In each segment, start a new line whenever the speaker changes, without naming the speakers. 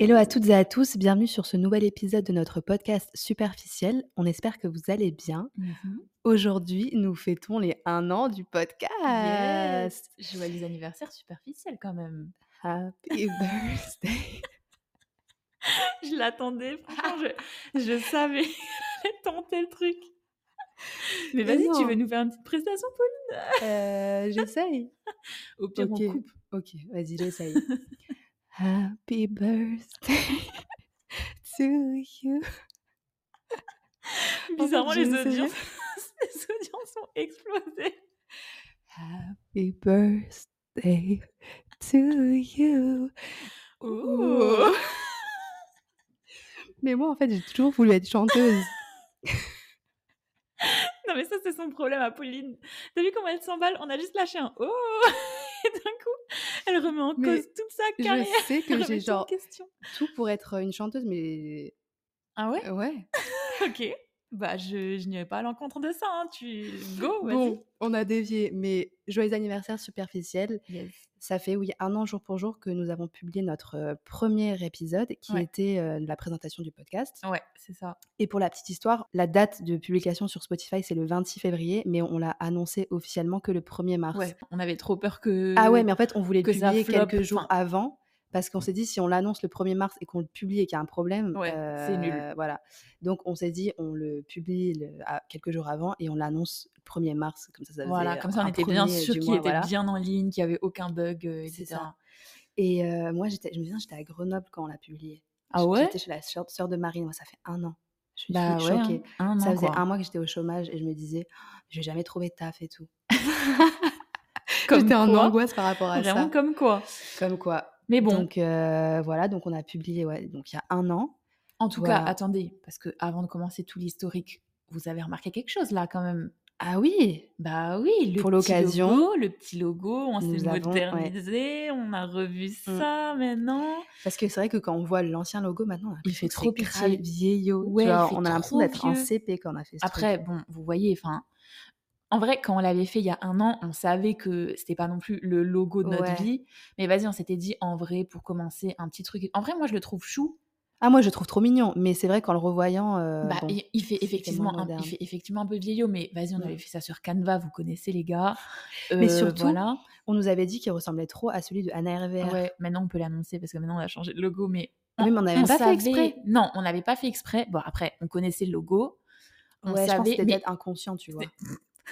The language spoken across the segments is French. Hello à toutes et à tous, bienvenue sur ce nouvel épisode de notre podcast Superficiel. On espère que vous allez bien.
Mmh
Aujourd'hui, nous fêtons les un an du podcast.
Yes. Joyeux anniversaire superficiel quand même. Ah.
Happy birthday.
Je l'attendais, franchement, je, je savais tenter le truc. Mais
Mais
vas-y,
non.
tu veux nous faire une petite prestation, Pauline
Euh, j'essaye.
Au pire,
Ok.
on coupe.
Ok, vas-y, j'essaye. Happy birthday to you.
Bizarrement,
je
les,
ne sais
audiences, les audiences ont explosé.
Happy birthday to you. Oh.
Oh.
Ouh. Mais moi, en fait, j'ai toujours voulu être chanteuse.
Non, mais ça, c'est son problème à Pauline. T'as vu comment elle s'emballe On a juste lâché un oh Et d'un coup, elle remet en
Mais
cause toute sa
je
carrière.
sais
Elle
que
remet
j'ai
tout en
genre
question.
tout pour être une chanteuse, mais
Ah ouais
Euh, ouais.
Ok. Bah, je, je n'irai pas à l'encontre de ça. hein. Tu go, vas-y.
Bon, on a dévié, mais joyeux anniversaire superficiel.
Yes.
Ça fait oui un an jour pour jour que nous avons publié notre euh, premier épisode, qui
Ouais.
était euh, la présentation du podcast.
Ouais, c'est ça.
Et pour la petite histoire, la date de publication sur Spotify c'est le 26 février, mais on l'a annoncé officiellement que le 1er mars.
Ouais. On avait trop peur que.
Ah ouais, mais en fait, on voulait le
que ça
publier
floppe,
quelques jours
enfin.
avant. Parce qu'on s'est dit, si on l'annonce le 1er mars et qu'on le publie et qu'il y a un problème,
Ouais, c'est nul.
euh, Voilà. Donc on s'est dit, on le publie le- à- quelques jours avant et on l'annonce le 1er mars. Comme ça, ça faisait
Voilà, comme ça, on
un
était bien
premier
sûr
du
qu'il
mois,
était
voilà.
bien en ligne, qu'il n'y avait aucun bug, euh,
C'est
etc.
ça. Et euh, moi, j'étais, je me souviens, j'étais à Grenoble quand on l'a publié.
Ah
J-
ouais
J'étais chez la sœur, sœur de Marine. Moi, ça fait un an. Je suis
Bah
fou-
ouais,
choquée.
hein. un
ça
an,
faisait
quoi.
un mois que j'étais au chômage et je me disais, Oh, je vais jamais trouver de taf et tout.
Comme
j'étais en
quoi,
angoisse par rapport à
Vraiment
ça.
comme quoi.
Comme quoi,
Mais bon,
Donc euh, voilà, donc on a publié ouais, donc il y a un an.
en tout
voilà.
cas, attendez, parce que avant de commencer tout l'historique, vous avez remarqué quelque chose là quand même.
Ah oui,
Bah oui, le
Pour
petit
l'occasion,
logo, le petit logo, on s'est
nous avons- ouais. Mmh.
modernisé, on a revu ça maintenant.
parce que c'est vrai que quand on voit l'ancien logo maintenant, on a
Il fait
l'impression que
trop
c'est grave
pitié.
vieillot. tu
Ouais, il
vois,
fait
on a l'impression
trop
d'être en
vieux.
CP quand on a fait ce
Après,
truc.
bon, vous voyez, enfin, en vrai, quand on l'avait fait il y a un an, on savait que c'était pas non plus le logo de notre
Ouais.
vie. Mais vas-y, on s'était dit, en vrai, pour commencer, un petit truc. En vrai, moi, je le trouve chou.
Ah moi je le trouve trop mignon, mais c'est vrai qu'en le revoyant, euh,
bah,
bon,
il, il fait
c'était
effectivement
moins
un,
moderne.
il fait effectivement un peu vieillot, mais vas-y, on
Mm.
avait fait ça sur Canva, vous connaissez les gars.
Mais
Euh,
surtout,
voilà.
on nous avait dit qu'il ressemblait trop à celui de Anna Hervé. Ah,
Ouais, maintenant, on peut l'annoncer parce que maintenant, on a changé de logo, mais.
Oui, mais on n'avait pas fait
savait-
exprès.
Non, on n'avait pas fait exprès. Bon, après, on connaissait le logo. On
ouais, je pense que
savait.
c'était
mais-
peut-être inconscient, tu vois.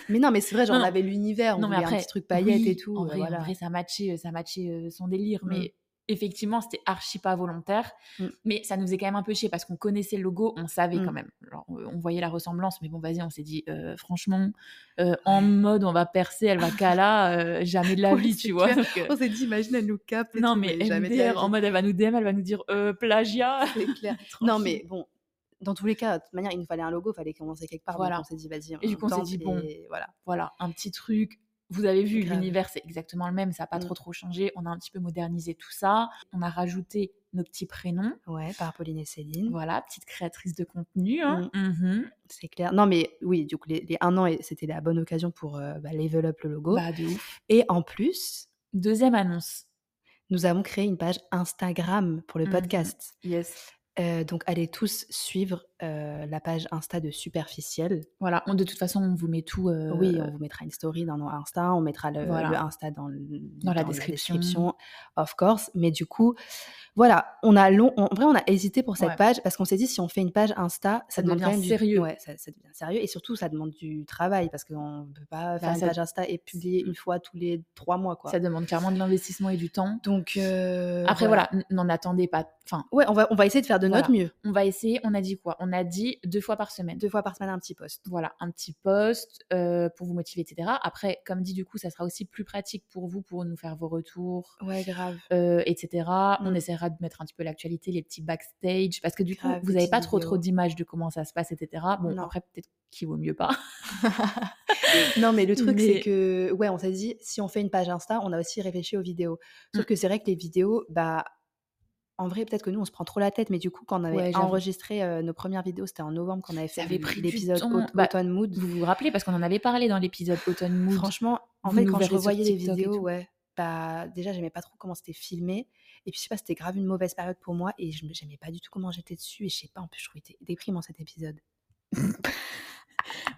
Mais non, mais c'est vrai, genre
Non,
on
non.
avait l'univers, on
Non, mais
voulait un
après,
petit truc paillette
oui,
et tout.
En
euh,
vrai, en
voilà.
vrai, ça matchait, euh, ça matchait euh, son délire,
Mm.
mais effectivement, c'était archi pas volontaire.
Mm.
Mais ça nous est quand même un peu chier parce qu'on connaissait le logo, on savait
Mm.
quand même. Genre, euh, on voyait la ressemblance, mais bon, vas-y, on s'est dit, euh, franchement, euh, en mode, on va percer, elle va cala, euh, jamais de la
Ouais,
vie,
c'est
tu vois.
clair.
donc, euh,
On s'est dit, imagine elle nous capte. et
non,
tout,
mais
jamais de la
MDR,
vie.
en mode, elle va nous DM, elle va nous dire euh, plagiat.
C'est clair. Non, mais bon, dans tous les cas, de toute manière, il nous fallait un logo, il fallait commencer quelque part. donc
Voilà.
on s'est dit, vas-y.
Et du coup, on s'est
tente
dit, bon.
et Voilà.
voilà, un petit truc. Vous avez vu,
Grave.
l'univers, c'est exactement le même, ça n'a pas
Mm.
trop trop changé. On a un petit peu modernisé tout ça. On a rajouté nos petits prénoms.
Ouais, par Pauline et Céline.
Voilà, petite créatrice de contenu. hein. Mhm.
C'est clair. Non, mais oui, du coup, les, les un an, et c'était la bonne occasion pour euh, bah, level up le logo.
Bah, de ouf.
Et en plus,
Deuxième annonce.
nous avons créé une page Instagram pour le
Mhm.
podcast.
Yes.
Euh, donc, allez tous suivre euh, la page Insta de Superficiel.
Voilà, on- de toute façon, on vous met tout. euh,
Oui, on vous mettra une story dans nos Insta, on mettra le,
Voilà.
le Insta dans, le-
Dans la description.
of course. Mais du coup, voilà, on a long, en vrai, on a hésité pour cette
Ouais.
page parce qu'on s'est dit si on fait une page Insta, ça,
Ça
demande
devient
quand même du-
sérieux.
ouais, ça, ça devient sérieux et surtout ça demande du travail parce qu'on ne peut pas faire une
Bah, ça-
page Insta et publier une fois tous les trois mois, quoi.
Ça demande clairement de l'investissement et du temps.
Donc euh,
Après,
voilà.
voilà, n- n'en attendez pas. Enfin,
Ouais, on va, on va essayer de faire de notre mieux.
on va essayer. On a dit quoi On a dit deux fois par semaine.
Deux fois par semaine, un petit post.
voilà, un petit post euh, pour vous motiver, etc. Après, comme dit, du coup, ça sera aussi plus pratique pour vous pour nous faire vos retours,
Ouais, grave.
euh, etc. On
Mm.
essaiera de mettre un petit peu l'actualité, les petits backstage, parce que du coup,
Grave,
vous
des
n'avez
petites
pas trop trop
vidéos.
d'images de comment ça se passe, etc. Bon,
Non.
après, peut-être qu'il vaut mieux pas.
Non, mais le truc, c'est
Mais-
que, ouais, on s'est dit, si on fait une page Insta, on a aussi réfléchi aux vidéos.
Mmh.
Sauf que c'est vrai que les vidéos, bah, en vrai, peut-être que nous, on se prend trop la tête, mais du coup, quand on avait
Ouais, j'avoue.
enregistré euh, nos premières vidéos, c'était en novembre qu'on avait fait
avait pris du
l'épisode
temps.
Aut-
Bah,
Autumn Mood.
Vous vous rappelez, parce qu'on en avait parlé dans l'épisode Autumn Mood.
Franchement, en
vous
fait,
nous
quand je
verrez sur
revoyais les
TikTok et
vidéos,
tout.
ouais, pas. Déjà, j'aimais pas trop comment c'était filmé. Et puis, je sais pas, c'était grave une mauvaise période pour moi. Et je j'aimais pas du tout comment j'étais dessus. Et je sais pas, en plus, je trouvais dé- déprimant cet épisode.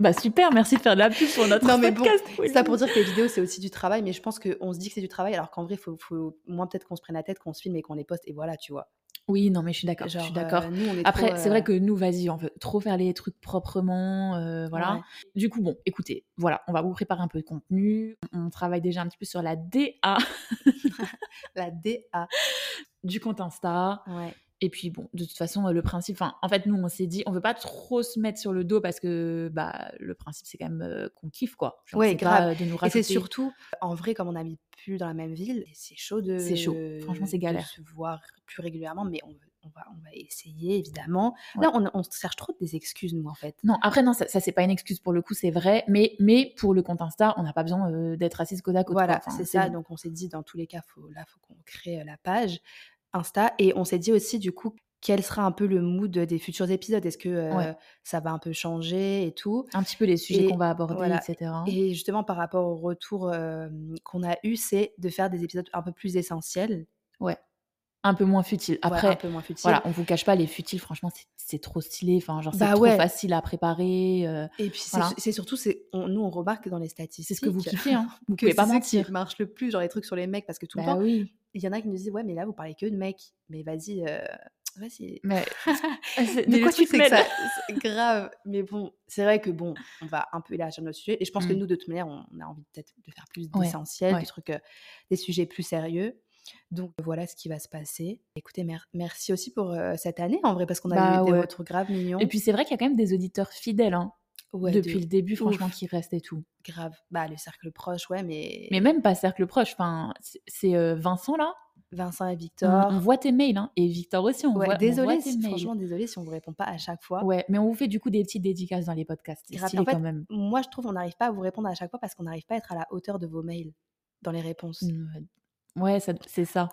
Bah super, merci de faire de la pub pour notre
Non, mais bon,
podcast. oui.
Ça pour dire que les vidéos, c'est aussi du travail. Mais je pense qu'on se dit que c'est du travail. Alors qu'en vrai, faut, faut moins peut-être qu'on se prenne la tête, qu'on se filme et qu'on les poste. Et voilà, tu vois.
Oui, non, mais je suis d'accord. Je
Genre,
suis d'accord.
euh, nous, on est
Après,
trop,
c'est vrai
euh,
que nous, vas-y, on veut trop faire les trucs proprement, euh, voilà.
ouais.
Du coup, bon, écoutez, voilà, on va vous préparer un peu de contenu. On travaille déjà un petit peu sur la DA
La DA.
du compte Insta.
Ouais.
Et puis, bon, de toute façon, euh, le principe, enfin, en fait, nous, on s'est dit, on veut pas trop se mettre sur le dos parce que, bah, le principe, c'est quand même euh, qu'on kiffe, quoi. Genre,
Ouais,
c'est
grave.
pas, euh, de nous
Et c'est
rajouter-
surtout, en vrai, comme on n'habite plus dans la même ville, c'est chaud de.
C'est chaud. Franchement, c'est
de
galère.
se voir plus régulièrement, mais on, on va, on va essayer, évidemment.
Ouais.
Là, on, on se cherche trop des excuses, nous, en fait.
Non, après, non, ça, ça, c'est pas une excuse pour le coup, c'est vrai. Mais, mais pour le compte Insta, on n'a pas besoin euh, d'être assise côte à côte.
Voilà,
quoi. Enfin,
c'est ça.
bon.
Donc, on s'est dit, dans tous les cas, faut, là, faut qu'on crée euh, la page Insta. Et on s'est dit aussi, du coup, quel sera un peu le mood des futurs épisodes Est-ce que euh,
Ouais.
ça va un peu changer et tout
Un petit peu les sujets
Et
qu'on va aborder,
voilà.
etc.
Et justement, par rapport au retour euh, qu'on a eu, c'est de faire des épisodes un peu plus essentiels,
Un peu moins futile.
voilà,
Après,
un peu moins futiles.
Voilà, on vous cache pas les futiles, franchement, c'est- c'est trop stylé. Enfin, genre, c'est
Bah
trop
ouais.
facile à préparer. euh,
Et puis c'est
Voilà.
su- c'est surtout, c'est- on- nous on remarque que dans les statistiques,
c'est ce que vous kiffez, hein. Vous
que
pouvez pas
c'est ça qui
mentir.
marche le plus, genre les trucs sur les mecs, parce que tout le
Bah
temps,
oui.
il y en a qui nous disent ouais mais là vous parlez que de mecs, mais vas-y, euh, vas-y.
Mais
Mais le truc, c'est que ça- c'est grave, mais bon, c'est vrai que bon, on va un peu élargir notre sujet, et je pense que
Mm.
nous de toute manière, on, on a envie peut-être de faire plus
Ouais,
d'essentiel,
ouais.
des trucs, euh, des sujets plus sérieux. Donc voilà ce qui va se passer. Écoutez, mer- merci aussi pour euh, cette année en vrai parce qu'on a
Bah
eu des
ouais.
retours graves mignons
Et puis c'est vrai qu'il y a quand même des auditeurs fidèles hein,
Ouais, de
depuis le début, franchement,
ouf.
qui restent et tout.
grave. Bah le cercle proche, ouais, mais
Mais même pas cercle proche. Enfin, c'est- c'est euh, Vincent là.
Vincent et
On,
Victor.
on voit tes mails hein, et Victor aussi. On
Ouais,
voit, on
désolé,
voit tes
si-
mails.
franchement, désolé si on vous répond pas à chaque fois.
Ouais, mais on vous fait du coup des petites dédicaces dans les podcasts. C'est
Grave.
stylé
En fait,
quand même.
Moi, je trouve on n'arrive pas à vous répondre à chaque fois parce qu'on n'arrive pas à être à la hauteur de vos mails dans les réponses.
Mmh, Ouais, ça- c'est ça.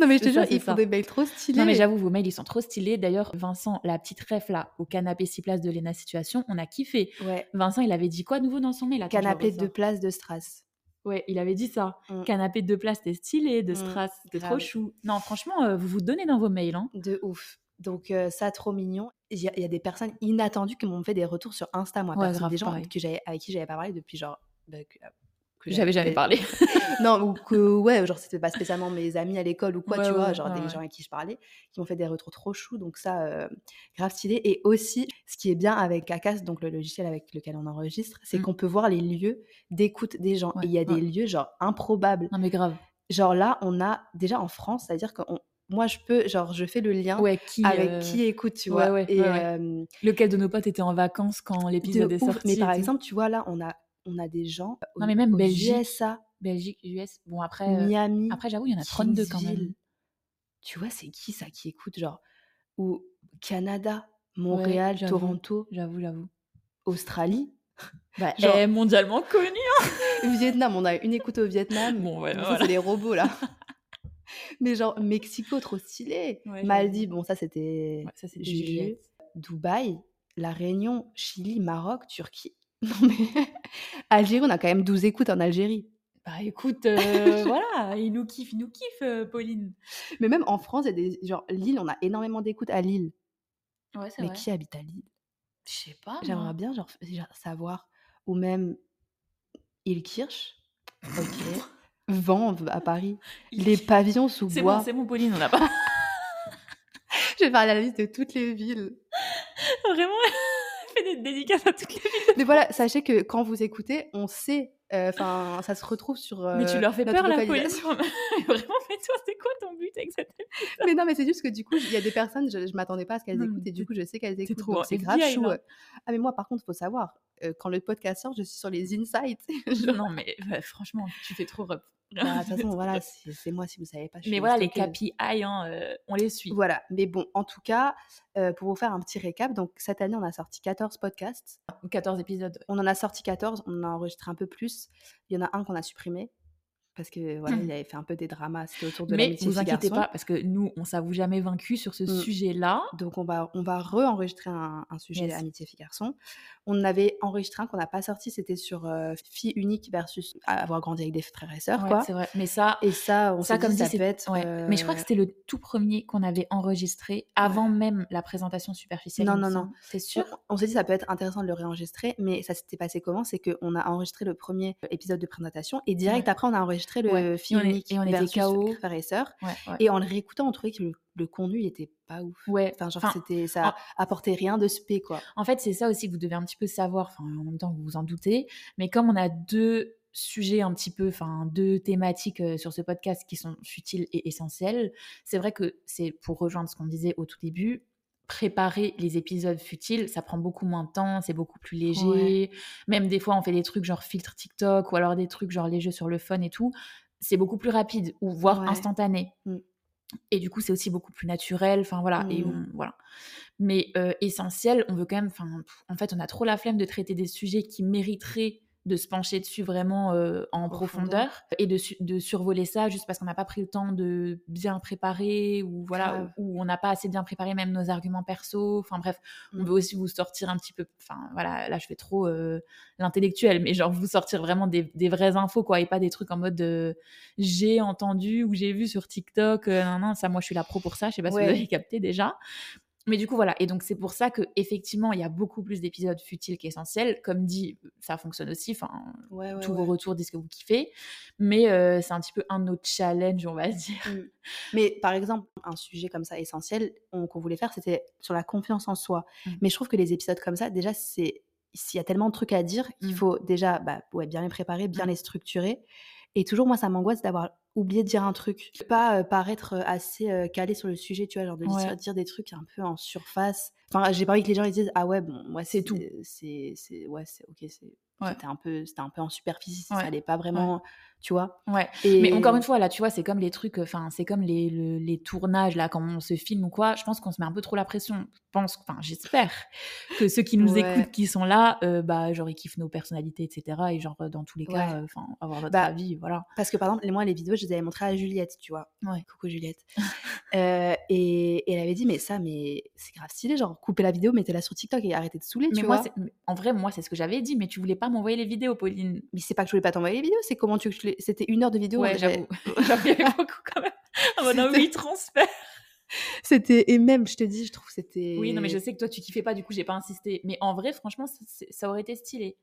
Non, mais je
C'est
te
ça,
jure,
c'est
ils font
ça.
des mails trop stylés.
Non mais j'avoue, vos mails ils sont trop stylés. D'ailleurs, Vincent, la petite ref là au canapé 6 places de Lena Situation, on a kiffé.
Ouais.
Vincent, il avait dit quoi de nouveau dans son mail Attends, je le
Canapé de
ressors.
place de Stras.
Ouais, il avait dit ça.
Mm.
Canapé de deux places, c'était stylé, de
Mm,
strass, c'était trop
grave.
chou. Non, franchement, euh, vous vous donnez dans vos mails. Hein.
De ouf. Donc, euh, ça, trop mignon. Il y, a- il y a des personnes inattendues qui m'ont fait des retours sur Insta, moi,
Ouais,
perso,
grave,
des gens
pareil.
que j'avais- avec qui j'avais pas parlé depuis genre. bah, que- que
J'avais jamais parlé.
non ou que ouais genre c'était pas spécialement mes amis à l'école ou quoi
Ouais,
tu vois
ouais,
genre
ouais,
des
ouais.
gens avec qui je parlais qui m'ont fait des retours trop choux donc ça euh, grave stylé et aussi ce qui est bien avec Acast donc le logiciel avec lequel on enregistre c'est
Mm.
qu'on peut voir les lieux d'écoute des gens
Ouais,
et il y a des
ouais.
lieux genre improbables
Non mais grave.
genre là on a déjà en France c'est à dire que moi je peux genre je fais le lien
Ouais, qui,
avec
euh,
qui écoute tu
ouais,
vois
ouais,
et
ouais, ouais.
euh,
Lequel de nos potes était en vacances quand l'épisode
de
est
ouf.
sorti
mais
et
par
tout.
exemple tu vois là on a on a des gens au,
Non, mais même
aux
Belgique,
USA
Belgique, US. Bon après, euh,
Miami
après j'avoue, il y en a 32 quand même.
Kingsville. Tu vois, c'est qui ça qui écoute genre ou Canada, Montréal,
j'avoue.
Toronto,
J'avoue, j'avoue.
Australie,
Bah,
Genre-
eh, mondialement connu. hein.
Vietnam. On a une écoute au Vietnam.
Bon, ouais,
Bon, ça,
voilà.
c'est les robots là. Mais genre Mexico, trop stylé.
Ouais, j'avoue.
Maldives, bon ça c'était
Ouais, ça c'est
Juliette.
Juliette.
Dubaï, La Réunion, Chili, Maroc, Turquie. Non mais Algérie, on a quand même 12 écoutes en Algérie.
Bah écoute, euh, voilà, il nous kiffe, il nous kiffe, euh, Pauline.
Mais même en France, il y a des genre Lille, on a énormément d'écoutes à Lille.
Ouais, c'est Oh
Mais qui habite à Lille
Je sais pas.
J'aimerais bien genre, f- genre, savoir. Ou même Ilkirch. Ok. Vanves à Paris. Les pavillons sous
C'est
bois.
bon, c'est bon, Pauline, on n'a pas
Je vais parler à la liste de toutes les villes.
vraiment fait des dédicaces à toutes les.
Mais voilà, sachez que quand vous écoutez, on sait. euh, Enfin, ça se retrouve sur.
Mais tu
euh,
leur fais
notre
peur, la Pauline.
localisation.
Vraiment, mais toi, c'est quoi ton but avec cette
Mais non, mais c'est juste que du coup, il y a des personnes, je, je m'attendais pas à ce qu'elles
Non, mais
écoutent et
Mmh. t'es-
du coup, je sais qu'elles écoutent.
trop hein.
donc
un
c'est grave
FBI,
chou.
là.
euh. Ah, mais moi, par contre, faut savoir, euh, quand le podcast sort, je suis sur les insights. Genre,
Non, mais bah, franchement, tu fais trop rep.
bah, De toute façon, voilà, c'est c'est moi si vous savez pas. je suis
Mais
une
voilà, les
stalkeuse.
KPI, hein, euh, on les suit.
Voilà, mais bon, en tout cas, euh, pour vous faire un petit récap, donc cette année, on a sorti 14 podcasts.
14 épisodes.
On en a sorti 14, on en a enregistré un peu plus. Il y en a un qu'on a supprimé. parce que voilà, il avait fait un peu des dramas, c'était autour de
Mmh. Mais
l'amitié
vous inquiétez
fille-garçon.
pas, parce que nous, on s'avoue jamais vaincu sur ce
Mm.
sujet-là.
Donc on va on va re-enregistrer un, un sujet
Yes.
amitié fille garçon. On avait enregistré un qu'on n'a pas sorti, c'était sur euh, fille unique versus avoir grandi avec des frères et sœurs
Ouais,
quoi.
c'est vrai. Mais ça,
Et ça on
ça
s'est
comme
dit,
dit,
ça
c'est-
peut être
ouais.
euh,
Mais je crois que c'était le tout premier qu'on avait enregistré avant même la présentation superficielle.
Non,
il me
non, non.
semble. C'est sûr.
on, on s'est dit ça peut être intéressant de le réenregistrer, mais ça s'était passé comment C'est qu'on a enregistré le premier épisode de présentation et direct
Ouais.
après on a enregistré le
Ouais.
fille
Et on est-
unique
et on était
versus
KO.
frères et sœurs.
Ouais, ouais.
Et en le réécoutant, on trouvait que le, le contenu il était pas ouf.
Ouais.
Enfin, genre
Enfin,
c'était ça apportait rien de spé quoi.
En fait, c'est ça aussi que vous devez un petit peu savoir. Enfin, en même temps, vous vous en doutez. Mais comme on a deux sujets un petit peu, enfin, deux thématiques euh, sur ce podcast qui sont futiles et essentielles, c'est vrai que c'est pour rejoindre ce qu'on disait au tout début. Préparer les épisodes futiles, ça prend beaucoup moins de temps, c'est beaucoup plus léger.
Ouais.
Même des fois, on fait des trucs genre filtre TikTok ou alors des trucs genre les jeux sur le fun et tout. C'est beaucoup plus rapide ou voire
Ouais.
instantané.
Mm.
Et du coup, c'est aussi beaucoup plus naturel. Enfin voilà. Et
Mm.
on- voilà mais euh, essentiel, on veut quand même. Enfin, pff, en fait, on a trop la flemme de traiter des sujets qui mériteraient de se pencher dessus vraiment euh, en
Profondeur.
profondeur, et de, su- de survoler ça juste parce qu'on n'a pas pris le temps de bien préparer ou
Grave.
voilà ou, ou on n'a pas assez bien préparé même nos arguments perso. Enfin bref, on
Mm.
veut aussi vous sortir un petit peu. Enfin voilà, là je fais trop euh, l'intellectuel, mais genre vous sortir vraiment des, des vraies infos quoi et pas des trucs en mode euh, j'ai entendu ou j'ai vu sur TikTok. euh, nan, nan, ça moi je suis là pro pour ça. Je sais pas si
Ouais.
vous avez capté déjà. Mais du coup, voilà. Et donc, c'est pour ça que effectivement, il y a beaucoup plus d'épisodes futiles qu'essentiels. Comme dit, ça fonctionne aussi. Enfin,
Ouais, ouais,
tous
ouais.
vos retours disent que vous kiffez. Mais euh, c'est un petit peu un autre challenge, on va dire.
Mm. Mais par exemple, un sujet comme ça essentiel on- qu'on voulait faire, c'était sur la confiance en soi.
Mm.
Mais je trouve que les épisodes comme ça, déjà, c'est s'il y a tellement de trucs à dire, il
Mm.
faut déjà bah, ouais, bien les préparer, bien
Mm.
les structurer. Et toujours, moi, ça m'angoisse d'avoir oublié de dire un truc, De pas euh, paraître euh, assez euh, calé sur le sujet, tu vois, genre de
Ouais.
dire, dire des trucs un peu en surface. Enfin, j'ai pas envie que les gens ils disent ah ouais bon moi
C'est tout.
c'est c'est ouais c'est ok c'est
Ouais.
c'était un peu c'était un peu en superficie
Ouais.
ça allait pas vraiment tu vois.
Ouais.
Et...
Mais encore une fois, là, tu vois, c'est comme les trucs. Enfin, c'est comme les, le- les tournages là, quand on se filme ou quoi. Je pense qu'on se met un peu trop la pression. Je pense. Enfin, j'espère que ceux qui nous
Ouais.
écoutent, qui sont là, euh, bah, genre ils kiffent nos personnalités, etc. Et genre dans tous les
Ouais.
cas, euh, enfin, avoir votre
Bah,
avis, voilà.
Parce que par exemple, moi, les vidéos, je les avais montrées à Juliette, tu vois.
Ouais.
Coucou Juliette. Euh, et, et elle avait dit, mais ça, mais c'est grave stylé, genre, coupez la vidéo, mettez-la sur TikTok et arrêtez de saouler,
Mais
tu
moi,
vois.
c'est- mais en vrai, moi, c'est ce que j'avais dit. Mais tu voulais pas m'envoyer les vidéos, Pauline.
Mais c'est pas que je voulais pas t'envoyer les vidéos, c'est comment tu veux que je les- C'était une heure de vidéo.
Ouais,
moi,
j'avoue.
j'avais-
J'en avais beaucoup quand même. Ah bah non,
C'était-
oui, transfert.
C'était, et même, je te dis, je trouve que c'était.
Oui, non, mais je sais que toi, tu kiffais pas, du coup, j'ai pas insisté. Mais en vrai, franchement, ça- c'est- ça aurait été stylé.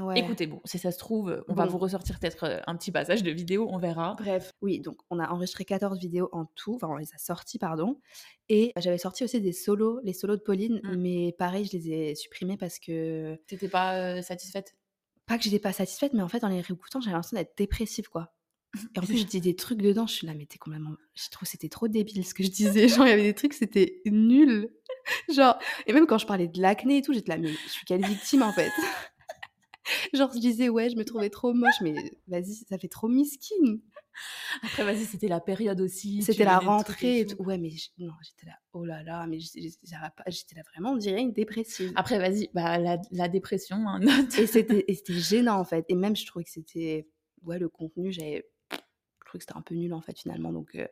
Ouais.
Écoutez, bon, si ça se trouve, on va
Bon.
vous ressortir peut-être euh, un petit passage de vidéo, on verra.
Bref, oui, donc on a enregistré 14 vidéos en tout, enfin on les a sorties, pardon. Et j'avais sorti aussi des solos, les solos de Pauline,
Mm.
mais pareil, je les ai supprimés parce que.
T'étais pas euh, satisfaite
Pas que j'étais pas satisfaite, mais en fait, en les réécoutant, j'avais l'impression d'être dépressive, quoi. Et en plus, je dis des trucs dedans, je suis là, mais t'es complètement. Je trouve que c'était trop débile ce que je disais. Genre, il y avait des trucs, c'était nul. Genre, et même quand je parlais de l'acné et tout, j'étais là, mais je suis quelle victime en fait Genre, je disais, ouais, je me trouvais trop moche, mais vas-y, ça fait trop miskin.
Après, vas-y, c'était la période aussi. tu
C'était la
voulais des trucs
rentrée et
tout.
tout. Ouais, mais je- non, j'étais là, oh là là, mais j- j- ça va pas. J'étais là vraiment, on dirait une dépressive.
Après, vas-y, bah, la, la dépression, hein, note.
Et c'était et c'était gênant en fait. Et même, je trouvais que c'était. Ouais, le contenu, j'avais. Je trouvais que c'était un peu nul en fait, finalement. Donc, euh,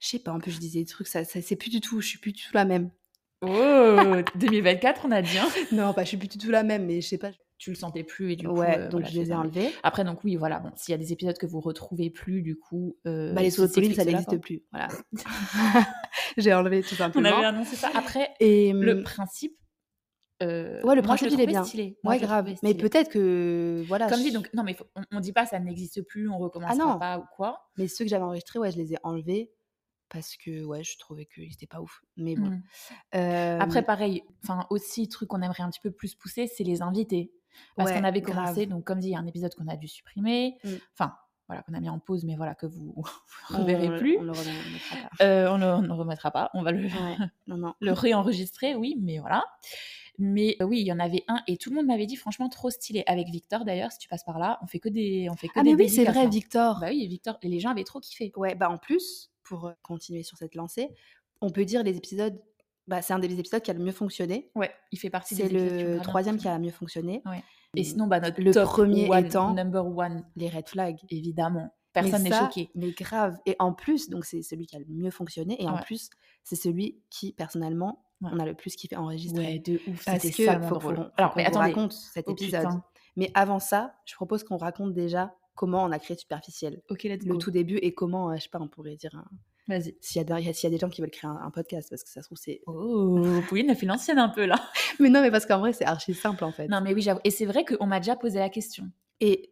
je sais pas, en plus, je disais des trucs, ça, ça c'est plus du tout, je suis plus du tout la même.
Oh, 2024, on a dit. hein.
Non, bah, je suis plus du tout la même, mais je sais pas.
Tu le sentais plus et du coup.
ouais,
euh,
donc
voilà,
je les
c'est
ai
ça.
enlevés.
Après, donc oui, voilà, bon, s'il y a des épisodes que vous retrouvez plus, du coup... euh,
Bah, les
c'est-
solos de
c'est
Pauline, ça
cela,
n'existe
quoi.
plus. Voilà. J'ai enlevé tout
On
simplement.
avait annoncé ça. Après,
Et
le
hum,
principe... euh,
Ouais, le
moi, je
principe, il est
trouvais
bien.
Stylé. Moi,
ouais,
je le
grave.
trouvais
Mais
stylé.
peut-être que voilà.
Comme
je-
dit, donc, non, mais faut- on, on dit pas ça n'existe plus, on recommence
Ah non.
pas ou quoi.
Mais ceux que j'avais enregistrés, ouais, je les ai enlevés parce que ouais, je trouvais qu'ils étaient pas ouf. Mais bon.
Mm.
Euh,
Après, pareil, enfin, aussi, truc qu'on aimerait un petit peu plus pousser, c'est les invités. Parce
ouais,
qu'on avait
grave.
commencé, donc, comme dit, il y a un épisode qu'on a dû supprimer.
Mm.
Enfin, voilà, qu'on a mis en pause, mais voilà, que vous ne
On-
reverrez plus.
On le remettra pas.
Euh, on ne remettra pas, on va le
Ouais, non, non.
le réenregistrer, oui, mais voilà. Mais euh, oui, il y en avait un et tout le monde m'avait dit franchement trop stylé. Avec Victor d'ailleurs, si tu passes par là, on fait que des, on fait que
Ah,
des
mais oui, c'est
dédicaces,
vrai,
hein.
Victor.
Bah oui, Victor, et les gens avaient trop kiffé.
Ouais, bah en plus, pour euh, continuer sur cette lancée, on peut dire les épisodes. Bah, c'est un des épisodes qui a le mieux fonctionné.
Ouais, il fait partie
C'est
des épisodes qui ont
le
grave
troisième qui
marqué.
a le mieux fonctionné.
Et sinon, bah notre
Mmh. Le
top
premier
one,
étant-
number one,
Les red flags.
évidemment. Personne
Mais
n'est
ça,
choqué.
Mais grave. Et en plus, donc c'est celui qui a le mieux fonctionné. Et en
Ouais.
plus, c'est celui qui, personnellement,
Ouais.
on a le plus kiffé enregistrer.
Ouais, de ouf.
Parce
C'était
que
salement
faut, qu'on-
drôle.
faut
Alors,
qu'on
mais
vous
attendez.
raconte cet
Oh,
épisode.
putain.
Mais avant ça, je propose qu'on raconte déjà comment on a créé Superficiel,
Ok, let's
le
go.
tout début, et comment, euh, je sais pas, on pourrait dire un-
Vas-y.
s'il y, a des- s'il y a des gens qui veulent créer un, un podcast, parce que ça se trouve c'est.
Oh, Pauline a fait l'ancienne un peu là.
Mais non, mais parce qu'en vrai c'est archi simple en fait.
Non, mais oui, j'avoue. Et c'est vrai qu'on m'a déjà posé la question.
Et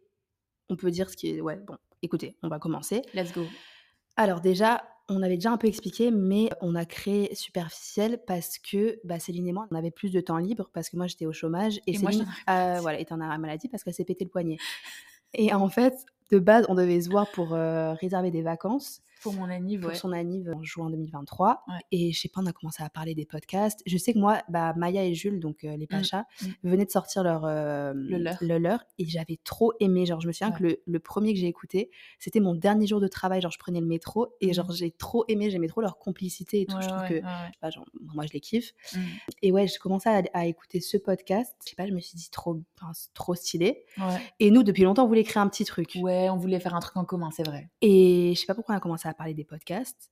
on peut dire ce qui est. Ouais, bon, écoutez, on va commencer.
Let's go.
Alors déjà, on avait déjà un peu expliqué, mais on a créé Superficiel parce que bah, Céline et moi, on avait plus de temps libre parce que moi j'étais au chômage et,
Et moi,
Céline
j'étais
euh, voilà, était en arrêt maladie parce qu'elle s'est pété le poignet. Et en fait, de base, on devait se voir pour euh, réserver des vacances
Pour mon anniv,
pour
ouais.
son anniv en juin 2023.
Ouais.
Et je sais pas, on a commencé à parler des podcasts. Je sais que moi, bah, Maya et Jules, donc euh, les Pachas,
mm.
venaient de sortir leur, euh,
Le leur.
et j'avais trop aimé. Genre, je me souviens que le, le premier que j'ai écouté, c'était mon dernier jour de travail. Genre, je prenais le métro et
Mhm.
genre, j'ai trop aimé. J'aimais trop leur complicité et tout.
Ouais,
je trouve
ouais,
que.
ouais,
je
ouais.
sais pas, genre, moi je les kiffe
Mm.
et ouais je commençais à, à écouter ce podcast je sais pas je me suis dit trop enfin, c'est trop stylé
Ouais.
et nous depuis longtemps on voulait créer un petit truc
Ouais, on voulait faire un truc en commun, c'est vrai.
et je sais pas pourquoi on a commencé à parler des podcasts.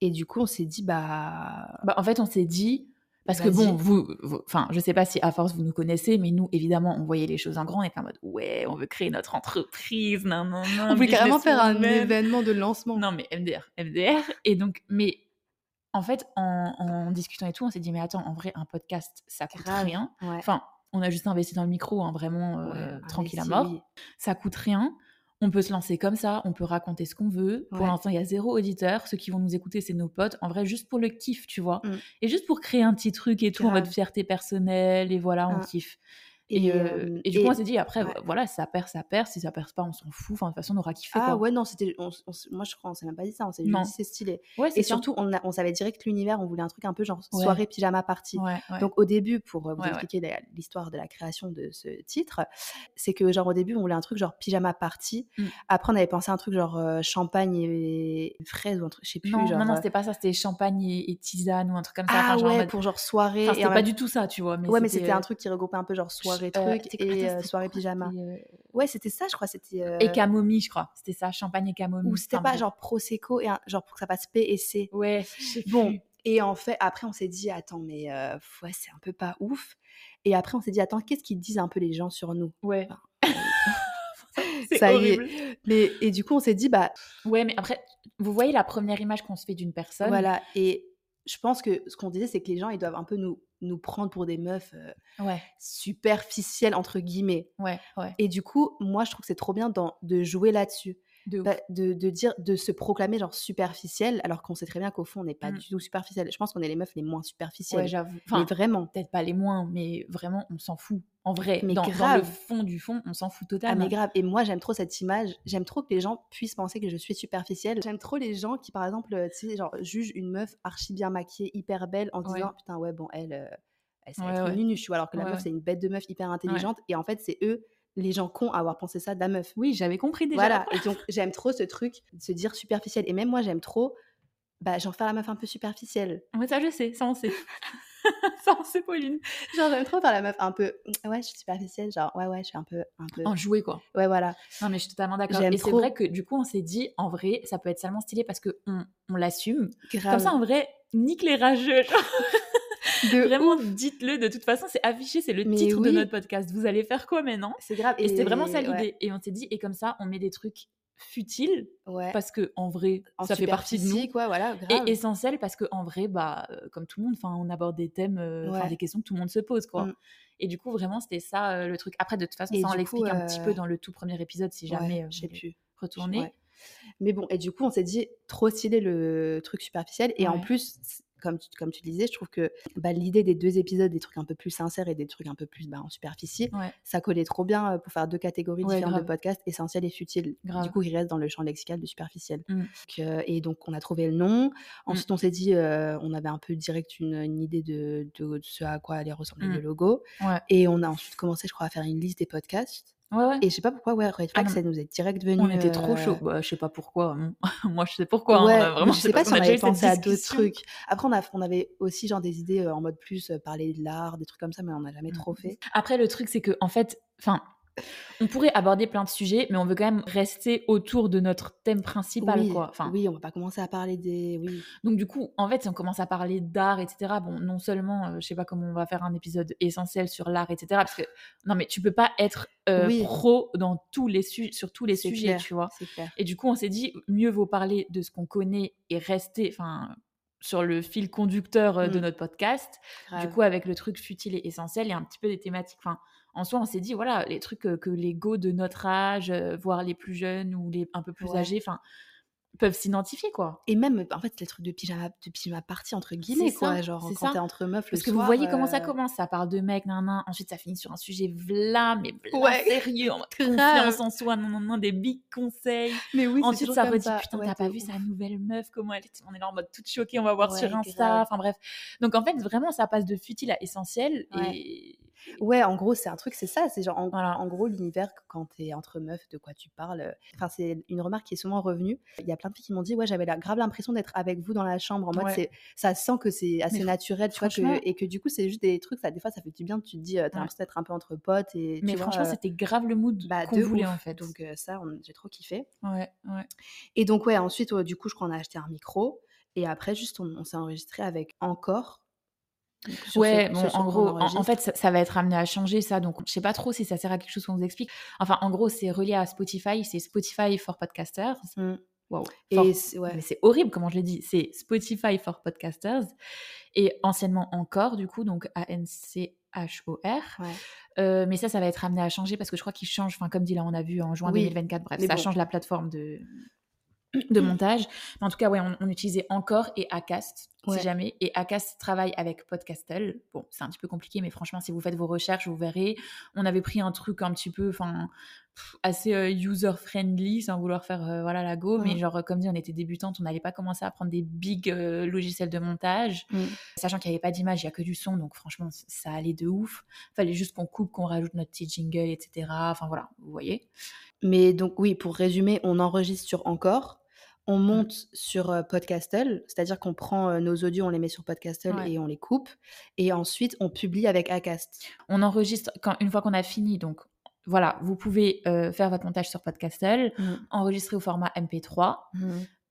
Et du coup, on s'est dit, bah.
Bah, en fait, on s'est dit. Parce que
Vas-y.
bon, vous, vous- enfin, je sais pas si à force vous nous connaissez, mais nous, évidemment, on voyait les choses en grand, on était en mode, ouais, on veut créer notre entreprise, nan, nan, nan,
On voulait
business
carrément faire un
woman.
événement de lancement.
Non, mais MDR, MDR. Et donc, mais en fait, en, en discutant et tout, on s'est dit, mais attends, en vrai, un podcast, ça coûte
Grave.
rien.
Ouais.
Enfin, on a juste investi dans le micro, hein, vraiment
Ouais,
euh,
investi,
tranquille à mort.
oui.
Ça coûte rien. On peut se lancer comme ça, on peut raconter ce qu'on veut. Pour
Ouais.
l'instant, il y a zéro auditeur. Ceux qui vont nous écouter, c'est nos potes. En vrai, juste pour le kiff, tu vois.
Mm.
Et juste pour créer un petit truc et tout, en
Grave.
mode fierté personnelle. Et voilà, on
Ah.
kiffe. Et,
Et,
euh,
euh,
et du coup, on s'est dit, après,
ouais.
voilà, si ça perd, ça perd. Si ça perd pas, on s'en fout. Enfin, de toute façon, on aura kiffé.
Ah
quoi.
ouais, non, c'était. on s- on s- moi, je crois, on s'est même pas dit ça. On s'est
Non.
juste dit, c'est stylé.
Ouais,
Et
c'est ça.
surtout, on, a- on savait direct l'univers, on voulait un truc un peu genre
Ouais.
soirée pyjama party.
Ouais, ouais.
Donc au début, pour euh, vous
Ouais, ouais.
expliquer la- l'histoire de la création de ce titre, c'est que genre au début, on voulait un truc genre pyjama party.
Mm.
Après, on avait pensé à un truc genre euh, champagne et fraise ou un truc, je sais plus.
Non,
genre,
non, non,
euh,
c'était pas ça, c'était champagne et, et tisane ou un truc comme ça.
Ah
enfin, genre en
ouais,
mode-
pour genre soirée. et
enfin,
en
c'était pas
même-
du tout ça, tu vois. Mais
Ouais, mais c'était un truc qui regroupait un peu genre soirée
euh,
truc
c'était quoi-
et
attends,
euh,
c'était
soirée
quoi
pyjama.
C'était, euh,
Ouais, c'était ça, je crois. C'était. euh,
Et camomille, je crois. C'était ça, champagne et camomille.
Ou c'était
enfin,
pas
bref.
genre prosecco et un- genre pour que ça passe P et C.
Ouais, je sais
Bon.
plus.
Et en fait, après, on s'est dit, attends, mais euh, ouais, c'est un peu pas ouf. Et après, on s'est dit, attends, qu'est-ce qu'ils disent un peu les gens sur nous
Ouais.
C'est
horrible.
Mais, et du coup, on s'est dit, bah
Ouais, mais après, vous voyez la première image qu'on se fait d'une personne.
voilà. Et je pense que ce qu'on disait, c'est que les gens, ils doivent un peu nous, nous prendre pour des meufs euh,
Ouais,
superficielles, entre guillemets.
ouais, ouais.
Et du coup, moi, je trouve que c'est trop bien d'en- de jouer là-dessus.
De ouf.
Bah, de, de dire de se proclamer genre superficiel alors qu'on sait très bien qu'au fond on n'est pas
Mm.
du tout superficiel je pense qu'on est les meufs les moins superficielles
ouais, j'avoue.
mais
Enfin,
vraiment
peut-être pas les moins, mais vraiment, on s'en fout. En vrai,
Mais
dans, dans le
grave.
fond du fond, on s'en fout
ah
totalement.
mais grave et moi j'aime trop cette image j'aime trop que les gens puissent penser que je suis superficielle j'aime trop les gens qui par exemple euh, tu sais genre jugent une meuf archi bien maquillée hyper belle en
Ouais.
disant putain ouais bon elle euh, elle c'est
Ouais, ouais.
une nunuche, tu vois, alors que la
Ouais,
meuf
ouais.
c'est une bête de meuf hyper intelligente et en fait c'est eux les gens cons à avoir pensé ça de la meuf
Oui, j'avais compris déjà.
Voilà, et donc j'aime trop ce truc de se dire superficiel. Et même moi, j'aime trop, bah, genre faire la meuf un peu superficielle.
Ouais, ça, je sais, ça, on sait. ça, on sait, Pauline.
Genre j'aime trop faire la meuf un peu, mmh, ouais, je suis superficielle, genre ouais, ouais, je suis un peu, un peu,
En jouer, quoi.
ouais, voilà,
Non, mais je suis totalement d'accord.
J'aime
Et c'est
trop.
vrai que du coup, on s'est dit, en vrai, ça peut être tellement stylé parce qu'on on, on l'assume.
grave.
Comme ça, en vrai, nique les rageux. genre,
de
vraiment,
ouf.
dites-le. De toute façon, c'est affiché, c'est le
Mais
titre de
oui.
notre podcast. Vous allez faire quoi maintenant
C'est grave.
Et, c'était vraiment ça
ouais,
l'idée. Et on s'est dit, et comme ça, on met des trucs futiles
Ouais.
parce que en vrai,
En
ça fait partie de nous.
superficie, quoi, voilà, grave.
Et essentiel parce que en vrai, bah, euh, comme tout le monde, enfin, on aborde des thèmes, euh, enfin,
Ouais.
des questions que tout le monde se pose, quoi.
Mm.
Et du coup, vraiment, c'était ça euh, le truc. Après, de toute façon,
Et
ça on
du coup,
l'explique un petit
euh,
peu dans le tout premier épisode, si
Ouais,
jamais
je
euh, vous
sais
voulez
plus.
retourner.
Ouais. Mais bon, et du coup, on s'est dit trop stylé le truc superficiel. Et en
Ouais.
plus, c- comme tu, comme tu le disais, je trouve que bah, l'idée des deux épisodes, des trucs un peu plus sincères et des trucs un peu plus bah, en superficie,
Ouais.
ça collait trop bien euh, pour faire deux catégories
Ouais,
différentes
grave.
de podcasts, essentiel et futile.
Grave.
Du coup, il reste dans le champ lexical de superficiel.
Mm.
Donc, euh, et donc, on a trouvé le nom.
Mmh.
Ensuite, on s'est dit, euh, on avait un peu direct une, une idée de, de- de ce à quoi allait ressembler
Mm.
le logo.
Ouais.
Et on a ensuite commencé, je crois, à faire une liste des podcasts.
Ouais, ouais.
Et je sais pas pourquoi, ouais, Red Flag,
Ah non.
ça nous est direct venu.
on était trop
euh,
chaud. Bah, je sais pas pourquoi. hein. Moi, je sais pourquoi. hein,
Ouais,
euh, vraiment,
mais je sais pas
parce
si on
qu'on a déjà
avait
eu cette
pensé à d'autres
discussion.
trucs. Après, on, a, on avait aussi genre des
Mmh,
idées euh, en mode plus euh, parler de l'art, des trucs comme ça, mais on n'a jamais trop fait.
Après, le truc, c'est que, en fait, enfin, On pourrait aborder plein de sujets, mais on veut quand même rester autour de notre thème principal,
oui,
quoi. Enfin,
oui, on va pas commencer à parler des. Oui.
donc du coup, en fait, si on commence à parler d'art, etc., bon, non seulement, euh, je sais pas comment on va faire un épisode essentiel sur l'art, etc., parce que non, mais tu peux pas être euh,
Oui.
pro dans tous les su- sur tous les
C'est
sujets,
clair.
tu vois.
C'est clair.
Et du coup, on s'est dit, mieux vaut parler de ce qu'on connaît et rester, enfin, sur le fil conducteur euh, de
Mm.
notre podcast.
Grave.
Du coup, avec le truc futile et essentiel et un petit peu des thématiques. Enfin, en soi, on s'est dit, voilà, les trucs euh, que les go de notre âge, euh, voire les plus jeunes ou les un peu plus
Ouais.
âgés, enfin, peuvent s'identifier, quoi.
Et même, en fait, les trucs de pyjama, de pyjama party, entre guillemets,
ça,
quoi. genre,
c'est
quand
ça.
t'es entre meufs, le
Parce que vous
soir,
voyez comment ça
euh,
commence. Ça parle de mecs, nan, nan. Ensuite, ça finit sur un sujet vla, mais vla,
Ouais.
sérieux, en mode
Grave.
confiance en soi, non, non, non, des big conseils.
Mais oui, c'est
Ensuite,
toujours
ça
comme
redit putain,
Ouais,
t'as pas
de
vu
ouf.
sa nouvelle meuf, comment elle est On est là en mode toute choquée, on va voir
Ouais,
sur Insta.
grave.
Enfin bref. Donc en fait, vraiment, ça passe de futile à essentiel.
Ouais.
Et
Ouais, en gros, c'est un truc, c'est ça. C'est genre, en,
Voilà.
en gros, l'univers, que quand t'es entre meufs, de quoi tu parles. euh, Enfin, c'est une remarque qui est souvent revenue. Il y a plein de filles qui m'ont dit, ouais, j'avais la, grave l'impression d'être avec vous dans la chambre. En mode,
Ouais.
c'est- ça sent que c'est assez
fr-
naturel, tu vois, que-
franchement-
et que du coup, c'est juste des trucs, ça, des fois, ça fait du bien. Tu te dis, euh, t'as
Ouais.
l'impression d'être un peu entre potes. Et, tu
Mais
vois,
franchement,
euh,
c'était grave le mood
bah,
qu'on
de
voulait
ouf.
en fait.
Donc, euh, ça, on- j'ai trop kiffé.
Ouais, ouais.
Et donc, ouais, ensuite, ouais, du coup, je crois qu'on a acheté un micro. Et après, juste, on, on s'est enregistré avec encore. Donc, sur ce-
ouais,
sur
bon,
ce
en
qu'on
gros, en- en,
enregistre.
fait, ça, ça va être amené à changer ça. Donc, je sais pas trop si ça sert à quelque chose qu'on vous explique. Enfin, en gros, c'est relié à Spotify. C'est Spotify for Podcasters.
Mm.
Wow. For-
Et c'est- ouais.
Mais c'est horrible comment je l'ai dit. C'est Spotify for Podcasters et anciennement encore, du coup, donc A-N-C-H-O-R.
Ouais.
Euh, mais ça, ça va être amené à changer parce que je crois qu'il change. Enfin, comme dit là, on a vu en juin
Oui,
2024. Bref,
mais
ça
bon. Mm.
change la plateforme de, de montage. Mais en tout cas, ouais, on, on utilisait encore et Acast,
Ouais.
si jamais. Et Acast travaille avec Podcastle. Bon, c'est un petit peu compliqué, mais franchement, si vous faites vos recherches, vous verrez. On avait pris un truc un petit peu, enfin, pff, assez user friendly, sans vouloir faire, euh, voilà, la go. Mais
Mhm.
genre, comme dit, on était débutante, on n'allait pas commencer à prendre des big euh, logiciels de montage,
Mm.
sachant qu'il n'y avait pas d'image, il n'y a que du son. Donc, franchement, c- ça allait de ouf. Fallait juste qu'on coupe, qu'on rajoute notre petit jingle, etc. Enfin, voilà, vous voyez.
Mais donc oui, pour résumer, on enregistre sur Encore, on
Mmh.
monte sur euh, Podcastle, c'est-à-dire qu'on prend euh, nos audios, on les met sur Podcastle
Ouais.
et on les coupe, et ensuite on publie avec Acast.
On enregistre quand, une fois qu'on a fini. Donc voilà, vous pouvez euh, faire votre montage sur Podcastle,
Mm.
enregistrer au format MP3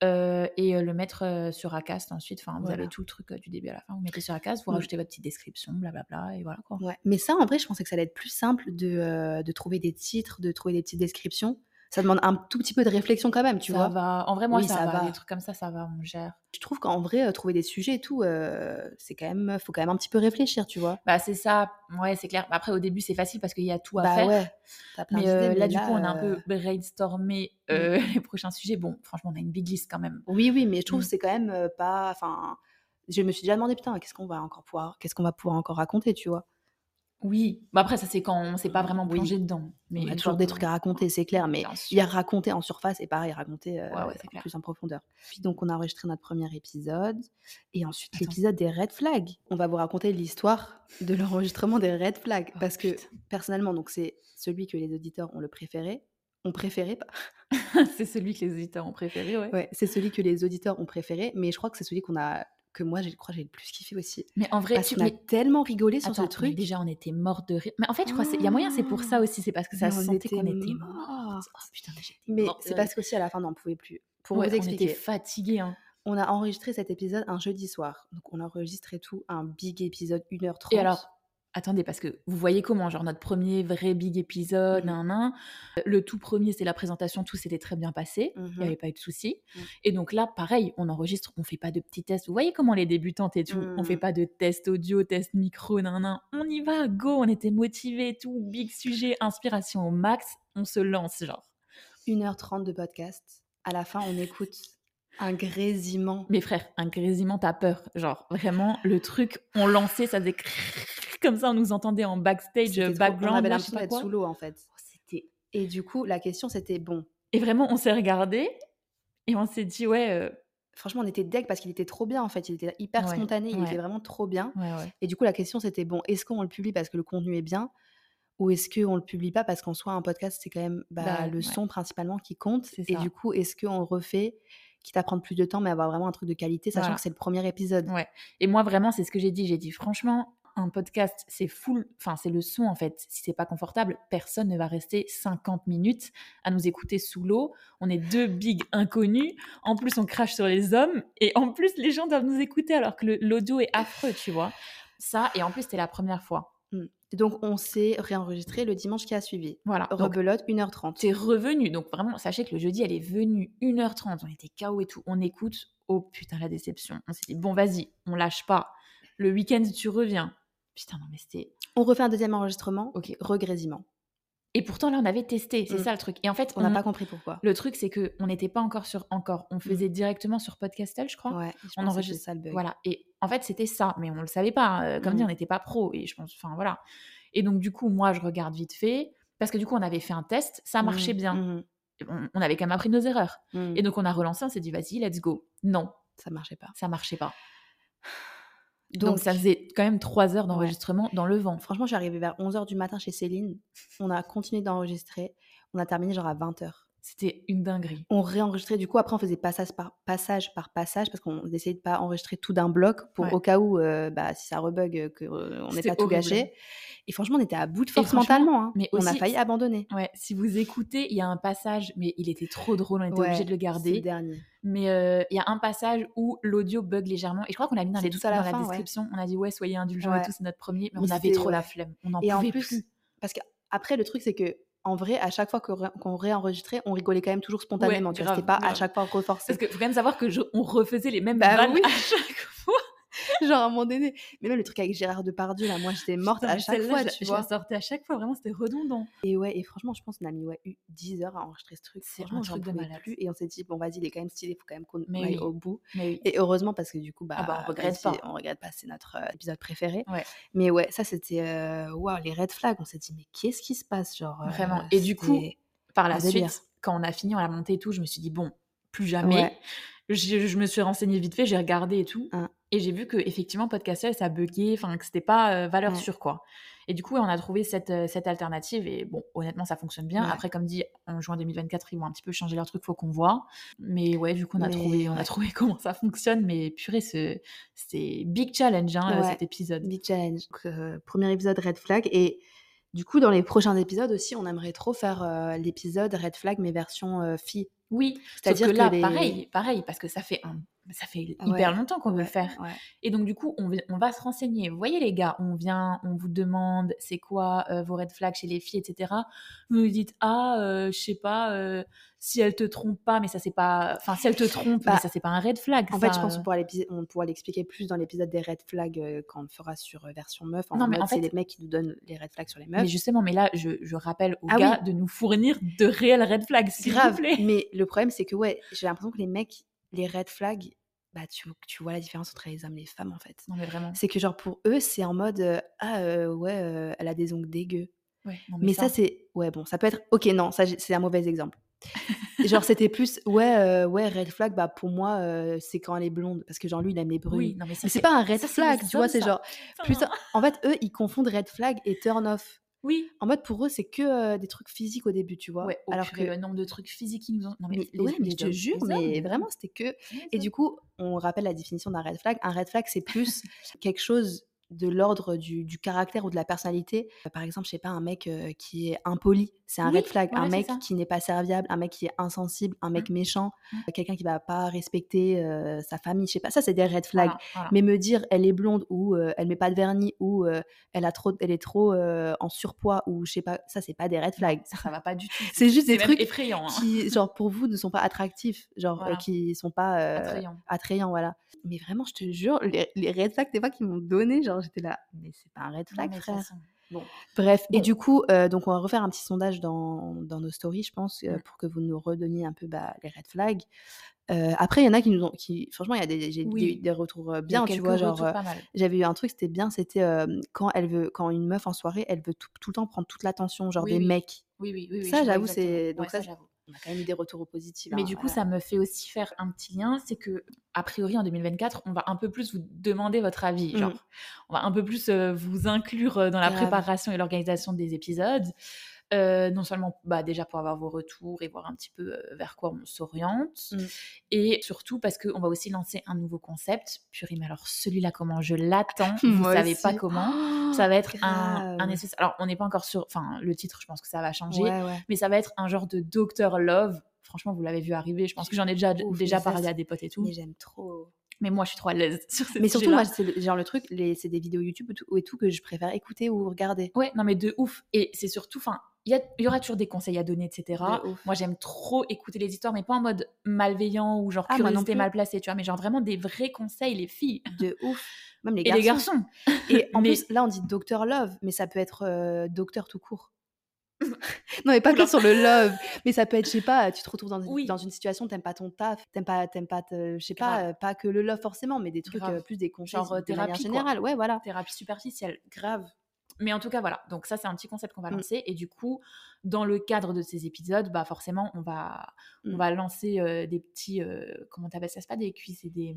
euh, et euh, le mettre euh, sur Acast ensuite. Enfin, vous
Voilà.
avez tout le truc euh, du début à la fin. Vous mettez sur Acast, vous
Mm.
rajoutez votre petite description, blablabla, et voilà quoi.
Ouais. Mais ça, en vrai, je pensais que ça allait être plus simple de, euh, de trouver des titres, de trouver des petites descriptions. Ça demande un tout petit peu de réflexion quand même, tu
ça
vois.
va. En vrai, moi,
Oui,
ça,
ça
va.
va.
Les trucs comme ça, ça va, on gère.
Je trouve qu'en vrai, euh, trouver des sujets et tout, euh, c'est quand même, faut quand même un petit peu réfléchir, tu vois.
Bah, c'est ça. Ouais, c'est clair. Bah, Après, au début, c'est facile parce qu'il y a tout à
bah
faire.
ouais. t'as plein
Mais
d'idées,
euh,
mais
là, du coup, on a un
euh, mm.
peu brainstormé euh, les prochains sujets. Bon, franchement, on a une big list quand même.
Oui, oui, mais je trouve
Mm.
que c'est quand même euh, pas. Enfin, je me suis déjà demandé putain, qu'est-ce qu'on va encore pouvoir, qu'est-ce qu'on va pouvoir encore raconter, tu vois.
Oui. Bah, après, ça, c'est quand on s'est pas vraiment
Oui.
plongé dedans. Mais
Il y a
une
toujours
fois
des
qu'on-
trucs à raconter, c'est clair, mais
Bien
il y a raconter en surface et pareil, raconter euh,
Ouais, ouais, c'est clair.
plus en profondeur. Puis donc, on a enregistré notre premier épisode et ensuite
Attends.
l'épisode des red flags. On va vous raconter l'histoire de l'enregistrement des red flags
Oh,
parce que
putain.
personnellement, donc c'est celui que les auditeurs ont le préféré. On préférait pas.
c'est celui que les auditeurs ont préféré, ouais.
Ouais, c'est celui que les auditeurs ont préféré, mais je crois que c'est celui qu'on a, que moi, je crois, que j'ai le plus kiffé aussi.
Mais en vrai,
Parce
tu
qu'on a
mais-
tellement rigolé sur
Attends,
ce
mais
truc. Ah.
déjà, on était morts de rire. Mais en fait, je crois qu'il y a moyen, c'est pour ça aussi. C'est parce que ça
Mais
se
on
sentait qu'on
était
était
mortes.
morts. Oh putain, mais j'étais
Mais
morte de
c'est
rire.
parce qu'aussi à la fin, on n'en pouvait plus. Pour
Ouais,
vous
On
expliquer,
était fatigués. hein.
on a enregistré cet épisode un jeudi soir. Donc on a enregistré tout, un big épisode, 1h30.
Et alors Attendez, parce que vous voyez comment, genre notre premier vrai big épisode,
Mhm.
nan, nan. le tout premier, c'est la présentation, tout s'était très bien passé, il
Mhm.
n'y avait pas eu de soucis.
Mhm.
Et donc là, pareil, on enregistre, on fait pas de petits tests. Vous voyez comment les débutantes et tout, on fait
Mhm.
pas de test audio, test micro, nan, nan. on y va, go, on était motivés, et tout, big sujet, inspiration au max, on se lance, genre.
1h30 de podcast. À la fin, on écoute un grésillement.
Mes frères, un grésillement, t'as peur, genre vraiment, le truc, on lançait, ça faisait crrrr, comme ça, on nous entendait en backstage,
C'était trop-
background,
on avait
là, je sais
l'impression
pas
d'être
quoi.
sous l'eau Oh, en fait.
C'était
Et du coup, la question c'était bon.
Et vraiment, on s'est regardé et on s'est dit, ouais, euh,
Franchement, on était deg parce qu'il était trop bien en fait. Il était hyper
Ouais,
spontané, il
ouais.
était vraiment trop bien.
ouais, ouais.
Et du coup, la question c'était bon, est-ce qu'on le publie parce que le contenu est bien ou est-ce qu'on le publie pas parce qu'en soi, un podcast, c'est quand même bah,
Bah,
le
ouais.
son principalement qui compte.
C'est
Et
ça.
du coup, est-ce qu'on refait, quitte à prendre plus de temps, mais avoir vraiment un truc de qualité, sachant
Voilà.
que c'est le premier épisode
Ouais. Et moi, vraiment, c'est ce que j'ai dit. J'ai dit, franchement, un podcast, c'est full, enfin c'est le son en fait. Si c'est pas confortable, personne ne va rester 50 minutes à nous écouter sous l'eau. On est deux bigs inconnus. En plus, on crache sur les hommes et en plus, les gens doivent nous écouter alors que le- l'audio est affreux, tu vois. Ça et en plus, c'était la première fois.
Donc, on s'est réenregistré le dimanche qui a suivi.
Voilà. Donc,
Rebelote, 1h30.
t'es revenu. Donc vraiment, sachez que le jeudi, elle est venue 1h30. On était KO et tout. On écoute. Oh putain, la déception. On s'est dit, bon, vas-y, on lâche pas. Le week-end, tu reviens. Putain, non, mais c'était.
On refait un deuxième enregistrement.
Ok.
Regrésiment.
Et pourtant, là, on avait testé. C'est
Mm.
ça le truc. Et en fait,
On n'a pas compris pourquoi.
Le truc, c'est que on n'était pas encore sur encore. On faisait directement sur Podcastle, je crois.
Mmh. Ouais, je
On
pense que
enregistre-
c'est ça le bug.
Voilà. Et en fait, c'était ça, mais on le savait pas. hein. Comme dit,
Mhm.
on n'était pas pro. Et je pense, enfin voilà. Et donc du coup, moi, je regarde vite fait parce que du coup, on avait fait un test, ça marchait
Mhm,
bien.
mhm,
On, on avait quand même appris nos erreurs.
mhm.
Et donc on a relancé, on s'est dit vas-y, let's go. Non,
ça marchait pas.
ça marchait pas. Donc,
Donc,
ça faisait quand même trois heures
Ouais.
d'enregistrement dans le vent.
franchement, je suis arrivée vers 11h du matin chez Céline. On a continué d'enregistrer. On a terminé genre à 20h.
C'était une dinguerie.
On réenregistrait. Du coup, après, on faisait passage par passage, par passage parce qu'on essayait de pas enregistrer tout d'un bloc pour
Ouais.
au cas où, euh, bah, si ça rebug, euh, que euh, on n'ait
C'était
pas tout
horrible.
gâché. Et franchement, on était à bout de force
franchement,
mentalement. hein.
mais
on a
aussi-
failli abandonner.
Ouais, si vous écoutez, il y a un passage, mais il était trop drôle, on était
Ouais,
obligé de le
C'est le
garder.
dernier.
Mais euh, il y a un passage où l'audio bug légèrement. Et je crois qu'on l'a mis dans
C'est
les
tout
tout
à la
dans
fin,
la
ouais.
description. On a dit, ouais, soyez indulgents et
Ouais.
tout, c'est notre premier. Mais,
Mais
on avait
c'était-
trop la
ouais.
flemme. On en
Et en
pouvait
plus,
plus.
Parce qu'après, le truc, c'est que. En vrai, à chaque fois que re- qu'on réenregistrait, on rigolait quand même toujours spontanément. tu vois,
grave,
c'était pas à
grave.
chaque fois reforcé.
Parce que faut quand même savoir que je- on refaisait les mêmes
Bah
vannes
oui.
à chaque fois.
genre à un moment donné. Mais même le truc avec Gérard Depardieu, là, moi j'étais morte
Putain,
à
mais
chaque
celle-là,
fois,
je la-
tu
je la
vois.
sortais à chaque fois, vraiment, c'était redondant.
Et ouais, et franchement, je pense qu'on a mis ouais, eu 10 heures à enregistrer ce truc.
C'est un
Franchement, j'en
truc de
pouvais
malade.
plus. Et on s'est dit, bon, vas-y, il est quand même stylé, faut quand même qu'on
Mais
aille
oui.
au bout.
Mais oui.
Et heureusement, parce que du coup, bah,
Ah bah, on regrette
vas-y,
pas.
On regrette pas, c'est notre euh, épisode préféré.
Ouais.
Mais ouais, ça c'était, euh, waouh, les red flags. On s'est dit, mais qu'est-ce qui se passe genre, euh,
Vraiment. Et du coup,
c'était-
Par la
un
suite,
délire.
quand on a fini, on l'a monté et tout, je me suis dit, bon, plus jamais.
Ouais.
Je, je me suis renseignée vite fait, j'ai regardé et tout.
Hein.
Et j'ai vu que effectivement Podcastle, ça buguait, enfin que c'était pas euh, valeur
Ouais.
sûre quoi. Et du coup, on a trouvé cette, euh, cette alternative et bon, honnêtement, ça fonctionne bien.
Ouais.
Après, comme dit, en juin 2024, ils vont un petit peu changer leur truc, faut qu'on voit. Mais ouais, du coup, on a
Mais
trouvé, on
ouais.
a trouvé comment ça fonctionne. Mais purée, ce- c'est big challenge hein, euh,
Ouais.
cet épisode.
Big challenge. Donc, euh, premier épisode red flag. Et du coup, dans les prochains épisodes aussi, on aimerait trop faire euh, l'épisode red flag, mais version euh, fille.
Oui,
C'est-à-dire
c'est-à-dire que,
que
là,
les-
pareil, pareil, parce que ça fait un, ça fait
Ouais.
hyper longtemps qu'on veut
Ouais,
le faire.
ouais.
Et donc, du coup, on, vi- on va se renseigner. Vous voyez, les gars, on vient, on vous demande c'est quoi euh, vos red flags chez les filles, etc. Vous nous dites ah, euh, je sais pas, euh, si elle te trompe pas, mais ça c'est pas. Enfin, si elle te trompe,
Bah,
mais ça c'est pas un red flag.
En
ça,
fait, je pense
euh.
qu'on pourra, l'épis- on pourra l'expliquer plus dans l'épisode des red flags euh, quand on le fera sur euh, version meuf. En
Non, mais
mode,
en
c'est
fait-
les mecs qui nous donnent les red flags sur les meufs.
Mais justement, mais là, je, je rappelle aux
Bah Ah
gars de nous fournir de réels red flags, s'il vous
Grave.
plaît.
Mais le problème, c'est que ouais, j'ai l'impression que les mecs, les red flags, bah tu, tu vois la différence entre les hommes et les femmes en fait.
Non mais vraiment.
C'est que genre pour eux, c'est en mode euh, ah euh, ouais, euh, elle a des ongles dégueux.
Ouais, non,
Mais, ça, c'est. Ouais, bon, ça peut être. Ok, non, ça, j'ai- c'est un mauvais exemple. genre, c'était plus. Ouais, euh, ouais, red flag, bah, pour moi, euh, c'est quand elle est blonde. Parce que, genre, lui, il aime les brunes.
Oui, non mais ça
Mais c'est
c'est- hein.
pas un red
ça, c'est
flag,
les
tu vois,
hommes,
c'est
ça.
genre.
Putain.
Putain, en fait, eux, ils confondent red flag et turn off.
Oui.
En mode, pour eux, c'est que euh, des trucs physiques au début, tu vois.
Ouais, oh,
Alors
purée,
que.
le nombre de trucs physiques qui nous ont. Non mais,
Mais,
les-
ouais, mais
les
je te
hommes,
jure,
les
mais
hommes,
vraiment, c'était que.
les
Et
hommes.
du coup, on rappelle la définition d'un red flag. Un red flag, c'est plus quelque chose de l'ordre du, du caractère ou de la personnalité. Bah, Par exemple, je sais pas, un mec euh, qui est impoli, c'est un
Oui,
red flag.
voilà,
un
c'est
mec
ça.
qui n'est pas serviable, un mec qui est insensible, un mec méchant,
Mm.
euh, quelqu'un qui va pas respecter euh, sa famille, je sais pas. Ça, c'est des red flags.
Voilà, voilà.
Mais me dire elle est blonde ou euh, elle met pas de vernis ou euh, elle a trop, elle est trop euh, en surpoids ou je sais pas, ça c'est pas des red flags.
ça, ça va pas du tout.
C'est juste des
même
trucs
effrayant. hein.
qui, genre pour vous, ne sont pas attractifs, genre euh,
Voilà.
qui sont pas euh,
Attrayant.
attrayants, voilà. Mais vraiment, je te jure, les, les red flags des fois qu'ils m'ont donné, genre j'étais là, mais c'est pas un red
Non,
flag,
mais de toute
frère.
façon.
Bref, et
Bon.
du coup, euh, donc on va refaire un petit sondage dans, dans nos stories, je pense, euh,
Mm.
pour que vous nous redonniez un peu bah, les red flags. Euh, après, il y en a qui nous ont, qui, franchement, il y a des, j'ai eu
Oui.
des, des retours euh,
Il y a
bien, tu
quelques
vois, genre.
retours
euh,
pas mal.
J'avais eu un truc, c'était bien, c'était euh, quand elle veut, quand une meuf en soirée, elle veut tout, tout le temps prendre toute l'attention, genre
Oui,
des
oui.
mecs.
Oui, oui, oui. oui,
ça,
je vois
j'avoue,
exactement.
c'est- donc
Ouais,
ça, c'est-
j'avoue.
On a quand même eu des retours positifs.
Mais
hein,
du coup,
voilà.
ça me fait aussi faire un petit lien, c'est que a priori en 2024, on va un peu plus vous demander votre avis,
Mm.
genre on va un peu plus euh, vous inclure euh, dans la
Grave.
préparation et l'organisation des épisodes. Euh, non seulement bah, déjà pour avoir vos retours et voir un petit peu euh, vers quoi on s'oriente,
Mmh.
mm. et surtout parce qu'on va aussi lancer un nouveau concept, Purée, mais alors celui-là, comment je l'attends, vous ne savez pas comment, oh, ça va être un, un, espèce, alors on n'est pas encore sur, enfin le titre je pense que ça va changer, ouais, ouais. mais ça va être un genre de Doctor Love, franchement vous l'avez vu arriver, je pense que j'en ai déjà, Ouf, déjà parlé à des potes et tout.
Mais j'aime trop
mais moi je suis trop à l'aise sur
ces Mais surtout, moi, c'est le, genre le truc, c'est des vidéos YouTube tout, et tout, que je préfère écouter ou regarder.
Ouais, non mais de ouf. Et c'est surtout, enfin, il y, y, aura toujours des conseils à donner, etc. Moi j'aime trop écouter les histoires, mais pas en mode malveillant ou genre ah, curiosité mal placée, tu vois, mais genre vraiment des vrais conseils, les filles.
De ouf. Même les
et garçons.
Et les garçons. et en mais... plus, là on dit docteur love, mais ça peut être euh, docteur tout court. non mais pas que sur le love mais ça peut être je sais pas tu te retrouves dans, oui. dans une situation t'aimes pas ton taf t'aimes pas t'aimes pas je sais pas euh, pas que le love forcément mais des trucs euh, plus des conseils
genre de thérapie
générale ouais voilà
thérapie superficielle grave mais en tout cas voilà donc ça c'est un petit concept qu'on va lancer mm. et du coup dans le cadre de ces épisodes bah forcément on va mm. on va lancer euh, des petits comment t'appelles ça c'est pas des cuisses et des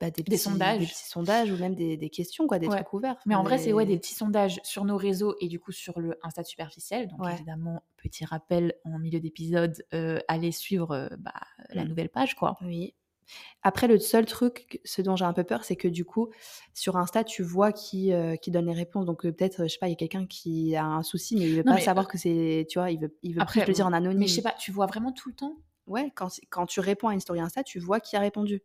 bah, des, petits,
des, sondages.
Des petits sondages ou même des, des questions, quoi, des
ouais.
trucs ouverts.
Mais en vrai, c'est ouais, des petits sondages sur nos réseaux et du coup sur le Insta superficiel. Donc ouais. évidemment, petit rappel en milieu d'épisode, euh, allez suivre euh, bah, mmh. la nouvelle page, quoi.
Oui. Après, le seul truc, ce dont j'ai un peu peur, c'est que du coup, sur Insta, tu vois qui, euh, qui donne les réponses. Donc peut-être, je sais pas, il y a quelqu'un qui a un souci, mais il veut non, pas savoir que c'est, tu vois, il veut, il veut Après, plus le dire en anonyme.
euh, Mais je sais pas, tu vois vraiment tout le temps
Ouais, quand, quand tu réponds à une story Insta, tu vois qui a répondu.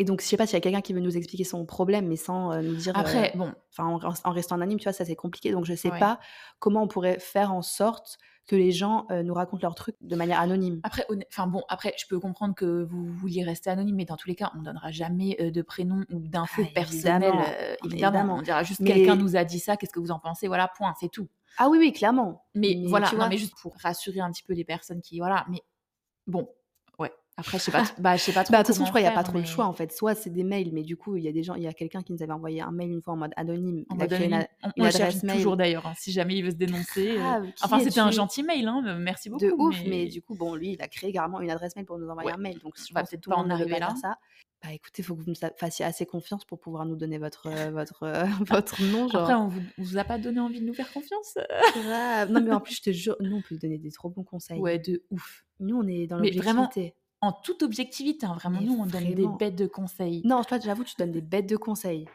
Et donc, je sais pas s'il y a quelqu'un qui veut nous expliquer son problème, mais sans euh, nous dire.
Après, euh, bon.
Enfin, en, en, restant anonyme, tu vois, ça c'est compliqué. Donc, je sais ouais. pas comment on pourrait faire en sorte que les gens euh, nous racontent leurs trucs de manière anonyme.
Après, enfin bon, après, je peux comprendre que vous vouliez rester anonyme, mais dans tous les cas, on donnera jamais euh, de prénom ou d'infos ah, personnelles. Évidemment, euh, évidemment. évidemment, on dira juste mais... quelqu'un nous a dit ça, qu'est-ce que vous en pensez Voilà, point, c'est tout.
Ah oui, oui, clairement.
Mais, mais voilà, non, mais juste pour rassurer un petit peu les personnes qui, voilà, mais bon, après, je sais pas, bah, je sais pas trop.
Bah, de toute façon, je crois qu'il n'y a pas trop mais... le choix en fait. Soit c'est des mails, mais du coup, il y a des gens, il y a quelqu'un qui nous avait envoyé un mail une fois en mode anonyme.
On a créé une, on, une on adresse mail. toujours d'ailleurs, hein, si jamais il veut se dénoncer. Ah, euh... Enfin, c'était un gentil mail, hein, merci beaucoup.
De ouf, mais... mais... du coup, bon, lui, il a créé carrément une adresse mail pour nous envoyer ouais. un mail. Donc, je bah, pense que tout le monde arriver là. À ça. Bah écoutez, il faut que vous nous fassiez assez confiance pour pouvoir nous donner votre, euh, votre, euh, votre nom. Genre.
Après, on vous, on vous a pas donné envie de nous faire confiance.
Grave. Ah, Non, mais en plus, je te jure, nous, on peut vous donner des trop bons conseils.
Ouais, de ouf.
Nous, on est dans l'objectivité
en toute objectivité. Hein, vraiment, mais nous, on vraiment. donne des bêtes de conseils.
Non, toi, j'avoue, tu donnes des bêtes de conseils.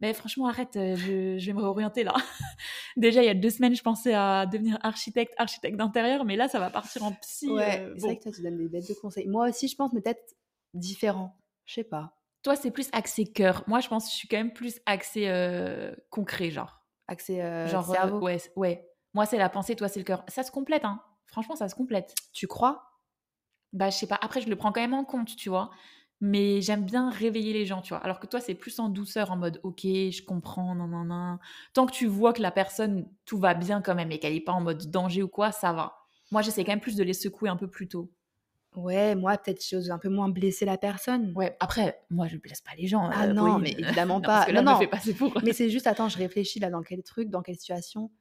Mais franchement, arrête, euh, je, je vais me réorienter là. Déjà, il y a deux semaines, je pensais à devenir architecte, architecte d'intérieur, mais là, ça va partir en psy.
Ouais, euh, bon. c'est vrai que toi, tu donnes des bêtes de conseils. Moi aussi, je pense, mais peut-être différent. Je sais pas.
Toi, c'est plus axé cœur. Moi, je pense que je suis quand même plus axé euh, concret, genre.
Axé euh, genre, cerveau
Ouais, ouais. Moi, c'est la pensée, toi, c'est le cœur. Ça se complète, hein. Franchement, ça se complète.
Tu crois
bah je sais pas, après je le prends quand même en compte, tu vois. Mais j'aime bien réveiller les gens, tu vois. Alors que toi, c'est plus en douceur, en mode ok, je comprends, nan nan nan. Tant que tu vois que la personne, tout va bien quand même et qu'elle n'est pas en mode danger ou quoi, ça va. Moi, j'essaie quand même plus de les secouer un peu plus tôt.
Ouais, moi, peut-être chose un peu moins blesser la personne.
Ouais, après, moi, je blesse pas les gens.
Ah euh, non, oui, mais évidemment pas. non, parce
que là,
non, non.
Me fait passer pour.
mais c'est juste, attends, je réfléchis là dans quel truc, dans quelle situation.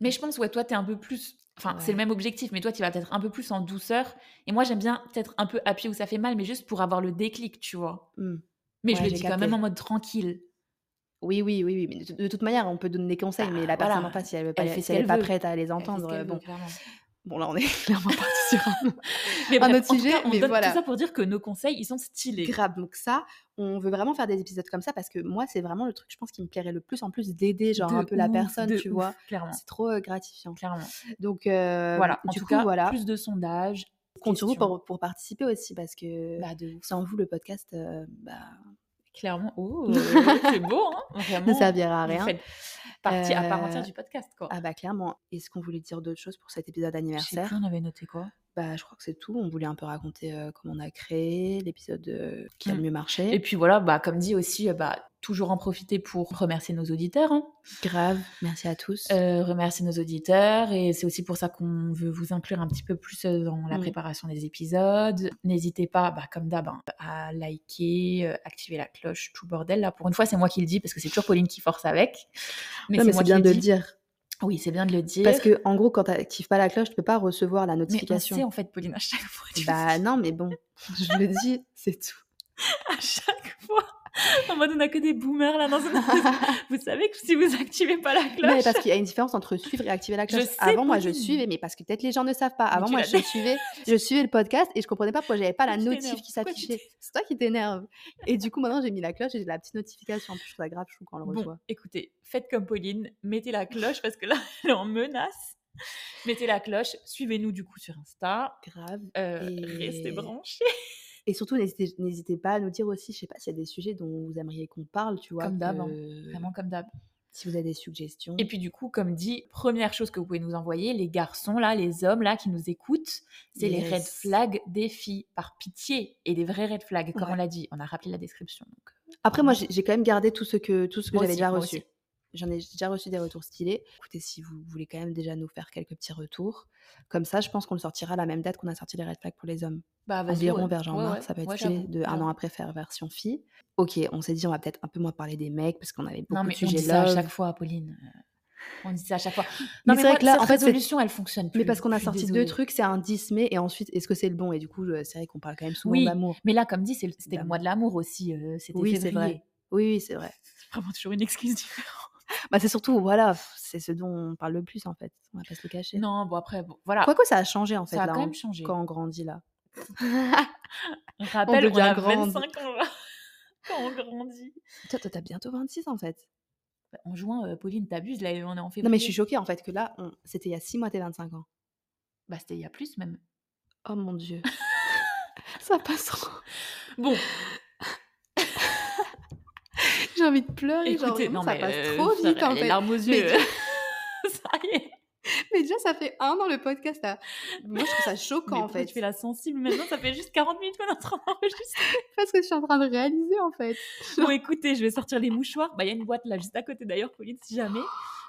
Mais je pense, ouais, toi, t'es un peu plus. Enfin, ouais. c'est le même objectif, mais toi, tu vas peut-être un peu plus en douceur. Et moi, j'aime bien peut-être un peu appuyer où ça fait mal, mais juste pour avoir le déclic, tu vois. Mmh.
Hmm.
Mais ouais, je le dis capté. quand même en mode tranquille.
Oui, oui, oui, oui. Mais de, de toute manière, on peut donner des conseils, ah, mais la voilà. personne en face, si elle n'est pas, si elle elle pas prête à les entendre, euh,
elle
bon. Veut,
bon,
là, on est clairement parti sur un,
mais bref,
un autre
en
sujet.
Tout cas, on
Ah, mais
donne
voilà.
tout ça pour dire que nos conseils, ils sont stylés.
Grave. Donc, ça, on veut vraiment faire des épisodes comme ça parce que moi, c'est vraiment le truc, je pense, qui me plairait le plus en plus d'aider, genre de un peu ouf, la personne, tu ouf, vois.
Clairement.
C'est trop euh, gratifiant.
Clairement.
Donc, euh,
voilà. En
du
tout
coup,
cas,
voilà.
plus de sondages.
Compte sur vous pour, pour, participer aussi parce que
bah, de
sans vous, le podcast, euh, bah.
Clairement, oh, c'est beau, hein Vraiment, ne
servira à rien.
partie à part entière du podcast, quoi.
Ah bah clairement. Est-ce qu'on voulait dire d'autres choses pour cet épisode anniversaire
plus, On avait noté quoi
bah, je crois que c'est tout. On voulait un peu raconter euh, comment on a créé l'épisode euh, qui a le mieux marché.
Mmh. Et puis voilà, bah, comme dit aussi, euh, bah, toujours en profiter pour remercier nos auditeurs. Hein.
Grave, merci à tous.
euh, remercier nos auditeurs. Et c'est aussi pour ça qu'on veut vous inclure un petit peu plus euh, dans
Mm.
la préparation mmh. des épisodes. N'hésitez pas, bah, comme d'hab, hein, à liker, euh, activer la cloche, tout bordel. Là, pour une fois, c'est moi qui le dis parce que c'est toujours Pauline qui force avec.
Mais c'est moi bien qui de le dire.
Oui, c'est bien de le dire.
Parce que en gros, quand tu actives pas la cloche, tu peux pas recevoir la notification.
euh, Mais on sait, en fait, Pauline, à chaque fois.
bah non, mais bon, je le dis, c'est tout.
à chaque fois. En mode, on a que des boomers là dans une Vous savez que si vous activez pas la
Non, mais
cloche.
parce qu'il y a une différence entre suivre et activer la
Je
cloche.
sais,
Avant, moi, je
Pauline.
suivais, mais parce que peut-être les gens ne savent pas.
Mais
Avant,
tu
moi,
l'as
je suivais, je suivais le podcast et je comprenais pas pourquoi j'avais pas la
Pourquoi tu
notif
t'énerves
qui
Pourquoi tu
s'affichait. C'est toi qui t'énerve. Et du coup, maintenant, j'ai mis la cloche et j'ai la petite notification. En plus, je trouve ça grave chou quand on le
Bon,
reçoit.
écoutez, faites comme Pauline, mettez la cloche parce que là, elle est en menace. Mettez la cloche, suivez-nous du coup sur Insta.
Grave.
euh,
Et-
Restez branchés.
Et surtout, n'hésitez n'hésitez pas à nous dire aussi, je sais pas s'il y a des sujets dont vous aimeriez qu'on parle, tu vois.
Comme d'hab,
que-
hein. Vraiment comme d'hab.
Si vous avez des suggestions.
Et puis du coup, comme dit, première chose que vous pouvez nous envoyer, les garçons là, les hommes là qui nous écoutent, c'est les red
Yes.
flags des filles, par pitié, et des vrais red flags, comme
Ouais.
on l'a dit, on a rappelé la description. donc.
Après, moi, j'ai j'ai quand même gardé tout ce que, tout ce que
Moi
j'avais
aussi,
déjà
moi
reçu.
aussi.
J'en ai j'ai déjà reçu des retours stylés. Écoutez, si vous voulez quand même déjà nous faire quelques petits retours, comme ça, je pense qu'on le sortira à la même date qu'on a sorti les red flags pour les hommes.
Bah vas-y.
Environ
ouais.
vers genre
Ouais,
mars,
ouais.
ça peut être
Ouais,
stylé,
j'avoue,
de un
j'avoue.
an après faire version fille. Ok, on s'est dit, on va peut-être un peu moins parler des mecs parce qu'on avait beaucoup
Non mais
de
on dit
sujets
ça à
love.
chaque fois, Pauline. Euh, On dit ça à chaque fois.
Mais
Non mais,
c'est
moi,
vrai que là,
cette
en fait, c'est-
résolution, elle fonctionne plus.
Mais parce qu'on a
je suis
sorti
désolée.
deux trucs, c'est un 10 mai et ensuite, est-ce que c'est le bon Et du coup, je- c'est vrai qu'on parle quand même souvent
Oui.
d'amour.
Mais là, comme dit, c'est le- c'était le
D'amour.
mois de l'amour aussi. euh, c'était
Oui, c'est
février.
vrai. Oui, oui, c'est vrai.
C'est vraiment toujours une excuse différente.
Bah, c'est surtout, voilà, pff, c'est ce dont on parle le plus en fait. On va pas se le cacher.
Non, bon après, bon, voilà.
Quoique ça a changé en fait
ça a
là,
quand
en-
même changé.
quand on grandit là.
Rappel, on,
devient
a
grande.
25 ans là. Quand on grandit.
Toi, toi, t'as bientôt 26 en fait.
En juin, euh, Pauline, t'abuses, là, on est en février.
Non mais je suis choquée en fait que là, on- c'était il y a 6 mois, t'es 25 ans.
Bah, c'était il y a plus même.
Oh mon dieu. ça passe trop.
Bon,
J'ai envie de pleurer. genre,
écoutez,
vraiment,
non,
ça
mais,
passe
euh,
trop
putain,
vite en
les
fait.
larmes aux yeux.
Mais-
euh, ça y est.
Mais déjà, ça fait un an le podcast. là. Moi, je trouve ça choquant
Mais
en
pourquoi
fait.
tu fais la sensible maintenant, ça fait juste 40 minutes qu'on est en train d'enregistrer.
Parce que je suis en train de réaliser en fait.
Bon, écoutez, je vais sortir les mouchoirs. Bah, il y a une boîte là juste à côté d'ailleurs, Pauline, si jamais.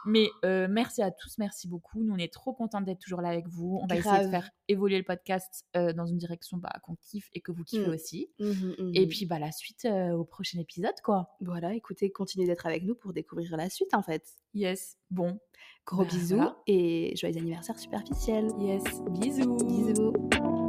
Mais euh, merci à tous, merci beaucoup. Nous, on est trop contents d'être toujours là avec vous. On va essayer
Grave.
de faire évoluer le podcast euh, dans une direction bah, qu'on kiffe et que vous kiffez
Mm.
aussi.
Mhm, mhm.
Et puis, bah, la suite euh, au prochain épisode, quoi.
voilà, écoutez, continuez d'être avec nous pour découvrir la suite en fait.
Yes. Bon.
Gros
Bah,
bisous
voilà.
et joyeux anniversaire superficiel.
Yes. Bisous.
Bisous.